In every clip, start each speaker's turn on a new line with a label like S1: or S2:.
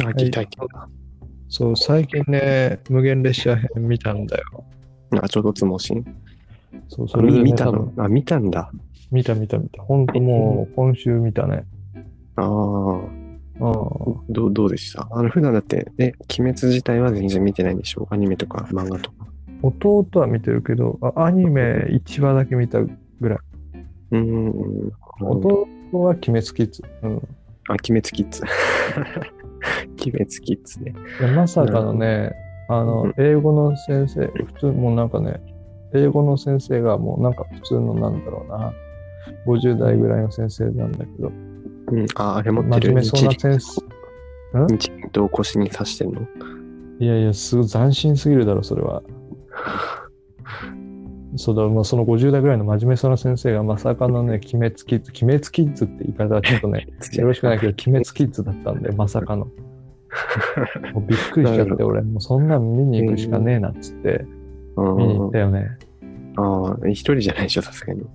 S1: あ、聞いた、聞い
S2: そう、最近ね、無限列車編見たんだよ。
S1: た。あ、ちょうどつもしん。
S2: そう、そ
S1: あ
S2: れ
S1: み
S2: で、ね、
S1: 見た
S2: 多
S1: の
S2: 分
S1: あ、見たんだ。
S2: 見た見た見た。ほんともう、今週見たね。
S1: ああ、
S2: うん。
S1: どう、どうでしたあの、普段だって、え、鬼滅自体は全然見てないんでしょアニメとか漫画とか。
S2: 弟は見てるけど、あアニメ1話だけ見た。
S1: うーん。
S2: 弟は鬼滅キッズ。うん。
S1: あ、鬼滅キッズ。 鬼滅キッズね。
S2: いやまさかのね、あ
S1: う
S2: の
S1: ん、
S2: 英語の先生、普通、もうなんかね、英語の先生がもうなんか普通のなんだろうな、50代ぐらいの先生なんだけど、
S1: うん。あ、あれ持って
S2: 真
S1: る
S2: 面目そうな先
S1: 日
S2: 生。
S1: 輪日輪刀を腰に刺してるの
S2: いやいや、すごい斬新すぎるだろ、それは。そうだ、まあ、その50代ぐらいの真面目そうな先生がまさかのね、鬼滅キッズ、鬼滅キッズって言い方はちょっ とね、よろしくないけど、鬼滅キッズだったんで、まさかの。もうびっくりしち
S1: なる
S2: ゃっ
S1: ほ
S2: て、
S1: ど
S2: 俺、もうそんなん見に行くしかねえなっつって、見に行ったよね。
S1: ああ、一人じゃないでしょ、さすがに。
S2: い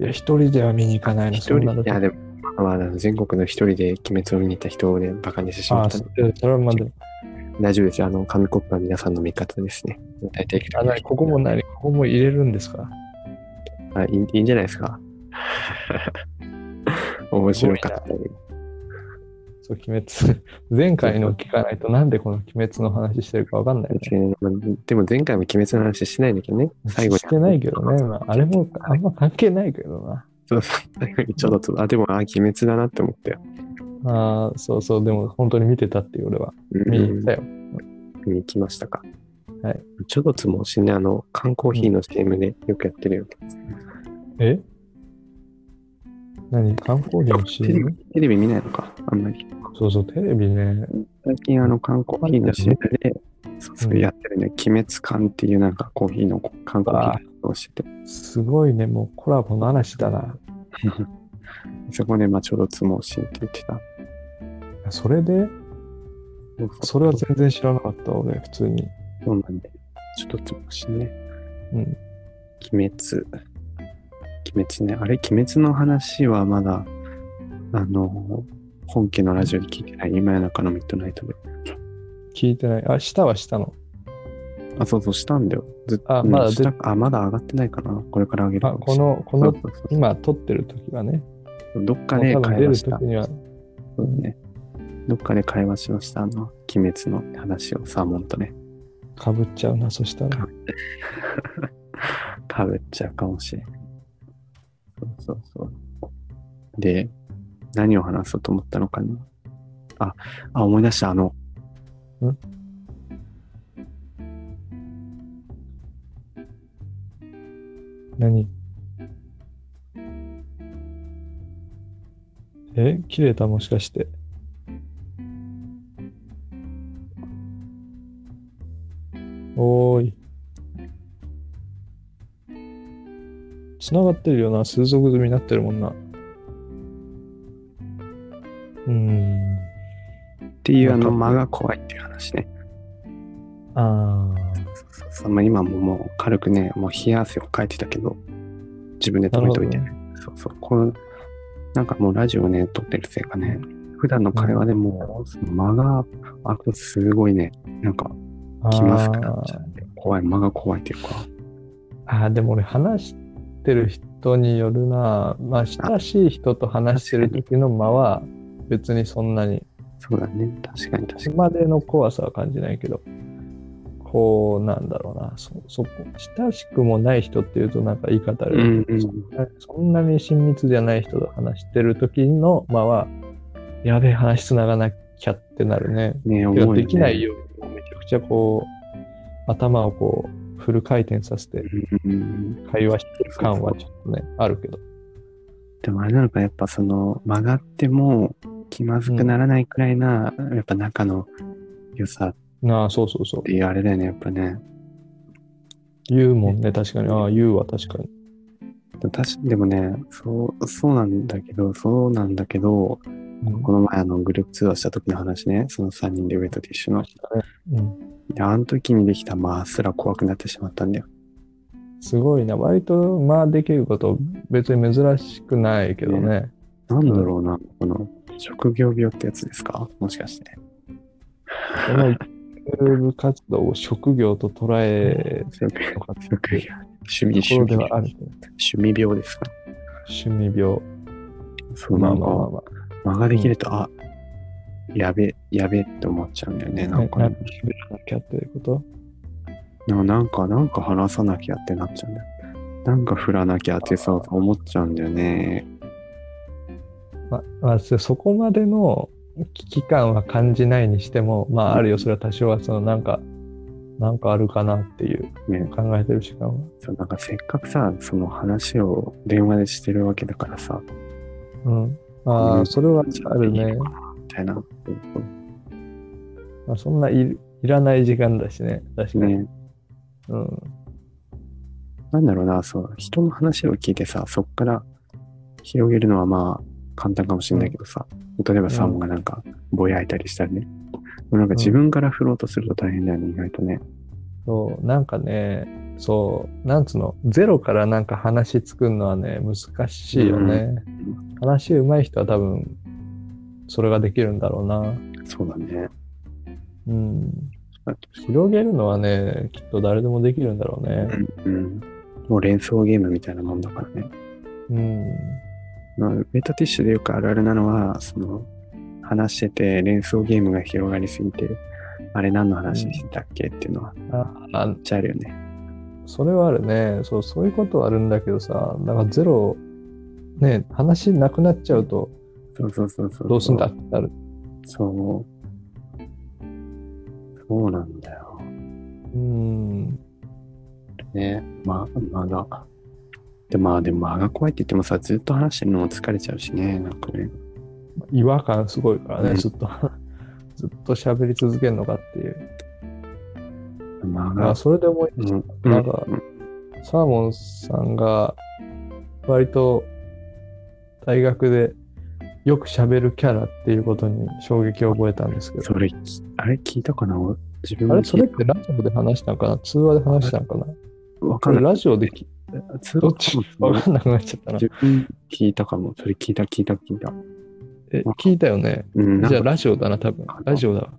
S2: や、一人では見に行かないの、
S1: 一
S2: そ
S1: 人、
S2: んないの
S1: や、でも、まあまあ、全国の一人で鬼滅を見に行った人をね、バカにしてし
S2: あ
S1: まっ
S2: あ、
S1: た
S2: そ
S1: んで。
S2: それはまだ、
S1: 大丈夫ですよ。あの、紙コップは皆さんの味方ですね。大体、
S2: あ、なにここも何、ここも入れるんですか
S1: あいい。いいんじゃないですか。面白かった。
S2: そう、鬼滅。 前回の聞かないと、なんでこの鬼滅の話してるかわかんないね。
S1: でも前回も鬼滅の話してないんだけどね。最後に。
S2: してないけどね、まあ、あれもあんま関係ないけどな。
S1: そうそう。最 後にちょっと、あ、でも、あ、鬼滅だなって思ったよ。
S2: ああ、そうそう、でも本当に見てたっていう俺は。
S1: うん
S2: 見に行ったよ。
S1: 見に行きましたか。
S2: はい。
S1: ちょっとつもしね、あの、缶コーヒーの CM でよくやってるよ。
S2: え何観光地のシ
S1: テレ
S2: ー
S1: ビ
S2: ン
S1: テレビ見ないのか、あんまり。
S2: そうそう、テレビね。
S1: 最近、あの、缶コーヒーの CM で、そうそううんやってるね、鬼滅缶っていうなんかコーヒーの缶コーヒーをしてて、
S2: すごいね、もうコラボの話だな。
S1: そこで、まあ、ちょうどつもしって言ってた。
S2: それでそれは全然知らなかった、俺、普通に。
S1: そうなんで、ちょっとつもしね、
S2: うん。
S1: 鬼滅。鬼滅ね、あれ、鬼滅の話はまだ、あの、本家のラジオで聞いてない、今夜中のミッドナイトで。
S2: 聞いてない。あ、したはしたの。
S1: あ、そうそう、したんだよ。ずっ
S2: あ
S1: うん
S2: まだ出
S1: したあ、まだ上がってないかな。これから上げる
S2: あ、
S1: かも
S2: こ
S1: しれない。
S2: の、この
S1: そう、そうそう
S2: 今撮ってる時はね。
S1: どっか
S2: もう
S1: で
S2: 多分
S1: 会
S2: 出
S1: 話
S2: る
S1: した
S2: 時。には。
S1: そうだね。どっかで会話しました。あの、鬼滅の話をサーモンとね、
S2: かぶっちゃうな、そしたら。
S1: かぶっちゃうかもしれない。そうそうそう。で、何を話そうと思ったのかな。あ、あ、思い出した。あの、
S2: ん何え切れたもしかして。おーい。繋がってるよな。数足済みになってるもんな。うーん。
S1: っていうあ
S2: わか
S1: の
S2: る
S1: 間が怖いっていう話ね。
S2: あ
S1: そうそうそうまあ、今ももう軽くね、もう冷や汗をかいてたけど、自分で
S2: ー。な
S1: 止め
S2: るほ
S1: と
S2: ど
S1: いて、
S2: ね。
S1: そうそう。こうなんかもうラジオね、撮ってるせいかね、普段の会話でもう、その間が開くとすごいね、なんか気まずくなっちゃって、怖い、間が怖いっていうか、
S2: あーあー、でも俺話してる人によるな。まあ、親しい人と話してる時の間は別にそんなに、
S1: そうだね、確かに確
S2: そ
S1: か
S2: こまでの怖さは感じないけど、こう、なんだろうな。そ、そこ、親しくもない人っていうとなんか言い方ある
S1: に。うんうん
S2: そんなそんなに親密じゃない人と話してる時の間は、やべえ話つながなきゃってなるね。
S1: ね、
S2: てか
S1: 思う
S2: できない
S1: よ
S2: ようにめちゃくちゃこう、頭をこう、フル回転させて
S1: ね。うんうんうん
S2: 会話してる感はちょっとね、あるけど。
S1: でもあれなのか、やっぱその曲がっても気まずくならないくらいな、やっぱ仲の良さっ
S2: なあ、そうそうそう。
S1: ていうあれだよね、やっぱね。
S2: 言うもんね、確かに。ああ、言うは確かに。
S1: でも確かでもね、そう、そうなんだけど、そうなんだけど、この前あのグループ通話した時の話ね、その3人で上とティッシュの。
S2: うん
S1: で、あの時にできた間すら怖くなってしまったんだよ。
S2: すごいな。割と、まあ、できること、別に珍しくないけどね。
S1: なんだろうな、この職業病ってやつですかもしかして。
S2: その部活動を職業と捉え
S1: 職
S2: とか
S1: 職業趣味、趣味
S2: ところではあ
S1: 病。
S2: るけど、
S1: 趣味病ですか
S2: 趣味病。
S1: そう、
S2: ま
S1: な
S2: あ
S1: ん
S2: まあまあ
S1: か、
S2: ま
S1: 間ができると、あ、やべ、やべって思っちゃうんだよね、
S2: あ。
S1: なんかね、
S2: な決めなきゃっていうこと
S1: ななんか、なんか話さなきゃってなっちゃうんだよ。なんか振らなきゃってさ、思っちゃうんだよね。
S2: まあ、まあ、そそこまでの危機感は感じないにしても、まあ、あるよ、それは多少は、その、なんか、なんかあるかなっていう、
S1: ね
S2: 考えてる時間は。
S1: そうなんかせっかくさ、その話を電話でしてるわけだからさ、
S2: うん。あ
S1: う
S2: あ、
S1: ん
S2: それはある
S1: いい
S2: ね
S1: の。かなみたいな。
S2: まあ、そんないるいらない時間だしね、確かに。
S1: ね、
S2: うん。
S1: なんだろうな、そう、人の話を聞いてさ、そっから広げるのはまあ簡単かもしれないけどさ、例えばサーモンがなんかぼやいたりしたらね、なんか自分から振ろうとすると大変だよね、意外とね。
S2: そう、なんかね、そう、なんつうの、ゼロからなんか話作るのはね、難しいよね。話上手い人は多分、それができるんだろうな。
S1: そうだね。
S2: うん。広げるのはね、きっと誰でもできるんだろうね。
S1: うん、うん。もう連想ゲームみたいなもんだからね。
S2: うん。
S1: まあ、メタティッシュでよくあるあるなのは、その、話してて連想ゲームが広がりすぎて、あれ何の話でしたっけっていうのは、めっ
S2: あ、
S1: ちゃあるよね。
S2: それはあるね。そう、そういうことはあるんだけどさ、だからゼロ、ね、話なくなっちゃうと、
S1: そうそうそうそう。
S2: どうすんだってなる。
S1: そう。そうなんだよ。
S2: うん。
S1: ね。まあ、間が。で、まあ、でも間が怖いって言ってもさ、ずっと話してるのも疲れちゃうしね。なんかね。
S2: 違和感すごいから
S1: うん
S2: ね、ずっと、 ずっと喋り続けるのかっていう。
S1: 間
S2: あ
S1: が。
S2: それで思い出し
S1: うん。
S2: たなんか、
S1: うん
S2: サーモンさんが、割と、大学で、よく喋るキャラっていうことに衝撃を覚えたんですけ
S1: そ
S2: ど、
S1: れ、きあれ聞いたかな俺自分
S2: あ
S1: も
S2: れ、そ
S1: 聞
S2: れ
S1: い
S2: ってラジオで話したのかな通話で話したのかな
S1: わ
S2: こ
S1: か
S2: れ
S1: んない。
S2: ラジオでき、
S1: 通
S2: どっ
S1: 話
S2: ち
S1: かもしれな
S2: わ
S1: い
S2: かんなくなっちゃったな。
S1: 自分聞いたかも。それ聞いた、聞いた、聞いた。
S2: え、聞いたよね。
S1: うん、なん
S2: じゃあ
S1: か
S2: ラジオだな、多分
S1: かな。
S2: ラジオだわ。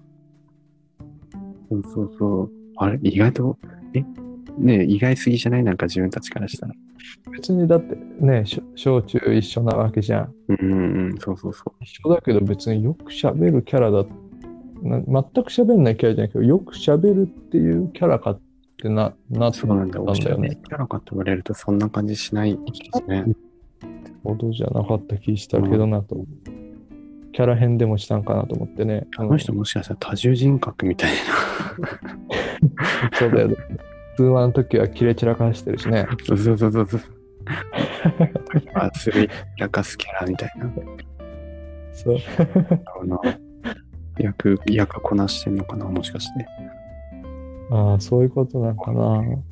S1: そうそうそう。あれ、意外と、えねえ意外すぎじゃないなんか自分たちからしたら。
S2: 別にだってね、しょ小中一緒なわけじゃん。
S1: うんうんうん、そうそうそ
S2: 一緒だけど別によく喋るキャラだな全く喋んないキャラじゃないけどよく喋るっていうキャラかってなな
S1: う。そうなんだよ。
S2: な
S1: お
S2: ん
S1: しゃ
S2: だよ
S1: べ
S2: ね
S1: りキャラかって言われるとそんな感じしないですね。
S2: ほどじゃなかった気したけどなと、キャラ変でもしたんかなと思ってね
S1: あの人もしかしたら多重人格みたい
S2: うんそうだよね通話の時はキレ散らかしてるしね
S1: な。そうそう そうそうそう。あ、すりらかすキャラみたいな。
S2: そう
S1: あの役、役こなしてんのかなもしかして。
S2: ああそういうことなのかな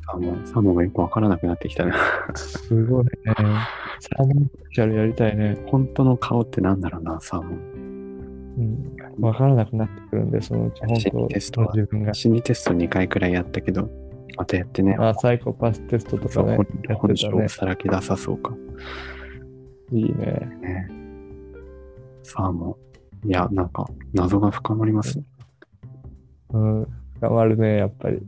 S1: サーモン、サーモンがよくわからなくなってきたな。
S2: すごいねサーモンスペシャルやりたいね
S1: 本当の顔ってなんだろうな、サーモン。
S2: うん分からなくなってくるんでそのうち本
S1: テスト
S2: 当
S1: は
S2: 自分が
S1: 心理テスト2回くらいやったけど、またやってね。
S2: あサイコパステストと
S1: そ
S2: か
S1: う
S2: ね
S1: 本
S2: やって
S1: 本
S2: た
S1: 性
S2: ね
S1: をさらけ出さそうか。
S2: いいね
S1: ね、サーモン。いや、なんか、謎が深まりますね。
S2: うん、頑張るね、やっぱり。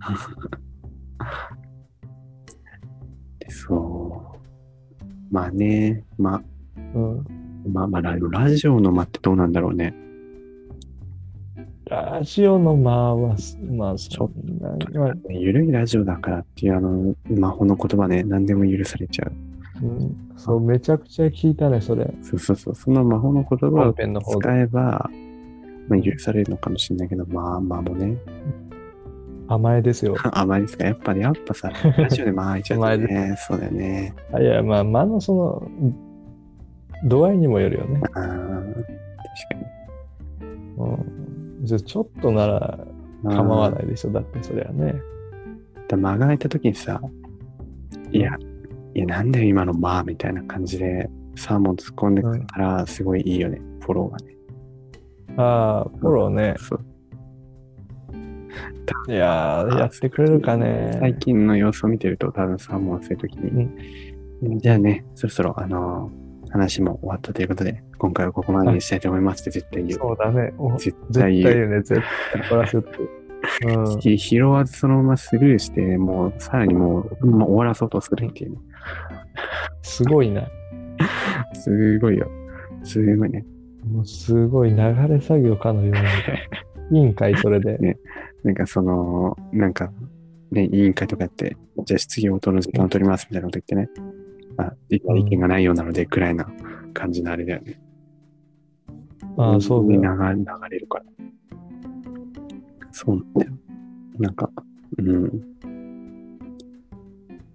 S1: でそう。まあね、まあ、
S2: うん。
S1: まあまあ、ララジオの間ってどうなんだろうね。
S2: ラジオの間はす、まあ、
S1: ちょ
S2: そ
S1: っ
S2: んなには、
S1: ゆるいラジオだからっていう、あの、魔法の言葉ね、何でも許されちゃう。
S2: うん、そう、めちゃくちゃ聞いたね、それ。
S1: そうそうそう、その魔法の言葉
S2: 本
S1: を
S2: 編の方で。
S1: 使えば、まあ、許されるのかもしれないけど、まあまあもね、
S2: 甘えですよ。
S1: 甘いですかやっぱね、やっぱさ、ラジオでまあ開いちゃうとね、そうだよね。
S2: あいや、まあ、間のその、度合いにもよるよね。
S1: あー確か
S2: うん。じゃあちょっとなら
S1: に。
S2: 構わ
S1: い
S2: ないでしょ、だってそれはね。
S1: だ間が空いた時にさ、いや、いや、なんだよ今のまあみたいな感じで、サーモン突っ込んでくれたら、すごいいいよね、フォローがね。
S2: ああ、フォローね。
S1: そう
S2: いやー、やってくれるかね
S1: 最。近の様子を見てると、多分サーモンはそういう時に、
S2: う
S1: じゃあね、そろそろ、あの話も終わったということで、今回はここまでにしたいと思いますって絶対言う。
S2: そうだね。お絶
S1: 絶
S2: 対
S1: 対
S2: 言
S1: 言う。
S2: うね、絶対。こらすって。うん。
S1: ひ拾わずそのままスルーして、もうさらにもう、もう終わらそうとするっていうね。
S2: すごいな。
S1: すごいよ。すごいね。
S2: もうすごい流れ作業かのような。委員会それで。
S1: なんかその、なんか、ね、委員会とかやって、じゃあ質疑応答の時間を取りますみたいなこと言ってね、あ、意
S2: うん
S1: 見がないようなので、くらいな感じのあれだよね。
S2: ああ、そうだ
S1: に流
S2: よ。
S1: れ流れるから。そうなんだよ。なんか、うん。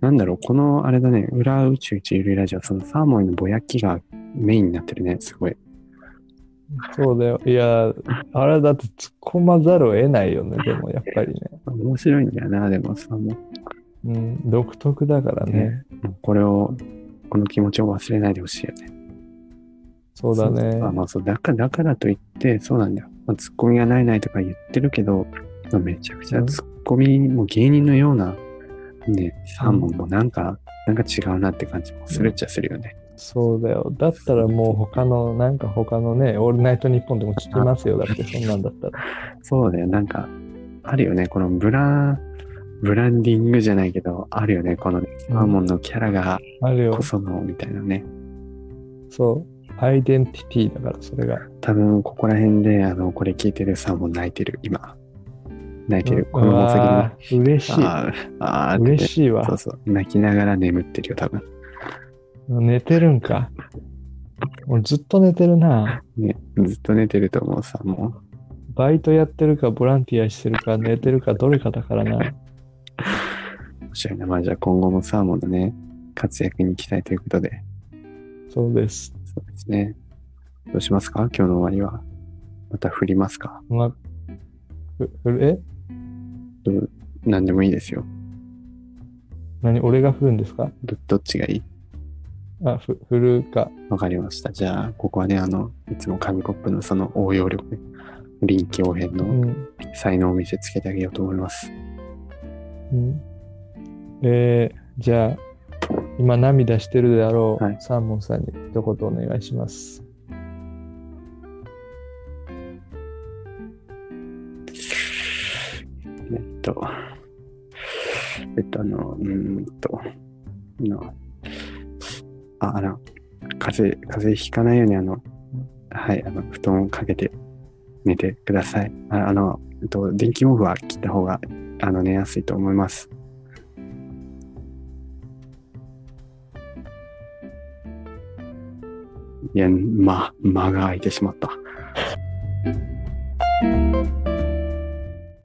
S1: なんだろう、このあれだね、裏宇宙一ゆるいラジオ、そのサーモンのぼやきがメインになってるね、すごい。
S2: そうだよ。いや、あれだって突っ込まざるを得ないよね、でもやっぱりね。
S1: 面白いんだよな、でもさ、も
S2: うん、独特だから
S1: う
S2: ね。
S1: ね、もうこれを、この気持ちを忘れないでほしいよね。
S2: そうだね。
S1: まあまあそう、だから、だからといって、そうなんだよ。まあ、ツッコミがないないとか言ってるけど、まあめちゃくちゃツッコミ、もう芸人のような、ね、サーモンもなんか、なんか違うなって感じもするっちゃするよね。
S2: そうだよ。だったらもう他の、なんか他のね、オールナイトニッポンでも聞きますよ。だってそんなんだったら。
S1: そうだよ、なんか、あるよね、このブラ、ブランディングじゃないけど、あるよね、このね、サーモンのキャラが
S2: あるよ
S1: こ。その、みたいなね。
S2: そう。アイデンティティだから、それが。
S1: 多分、ここら辺で、あの、これ聞いてるサーモン泣いてる、今。泣いてる。このまま先にね。
S2: 先に。嬉しい。
S1: あーあーって
S2: 嬉しい
S1: そ
S2: わ
S1: う。そう。泣きながら眠ってるよ、多分。
S2: 寝てるんか。俺ずっと寝てるな。
S1: ね、ずっと寝てると思うさ、も
S2: バイトやってるか、ボランティアしてるか、寝てるか、どれかだからな。
S1: う。面白いな。まあじゃあ今後もサーモンのね、活躍に期待ということで、
S2: そうです。
S1: そうですね。どうしますか今日の終わりは。また振りますか
S2: ま、ふふるえ
S1: どう何でもいいですよ。
S2: 何俺が振るんですか
S1: どどっちがいい
S2: あ、ふ振るか。
S1: わかりました。じゃあ、ここはね、あの、いつも紙コップのその応用力、ね、臨機応変
S2: う
S1: の
S2: ん。
S1: 才能を見せつけてあげようと思います。
S2: うん、えー、じゃあ、今涙してるであろう、
S1: はい
S2: サーモンさんに一言お願いします。
S1: えっと、えっと、あの、うーんと、の、あ、あの、風邪、風邪ひかないように、あの、はい、あの、布団をかけて寝てください。ああの、えっと、電気毛布は切った方が、あの、寝やすいと思います。いや、ま、間が空いてしまった。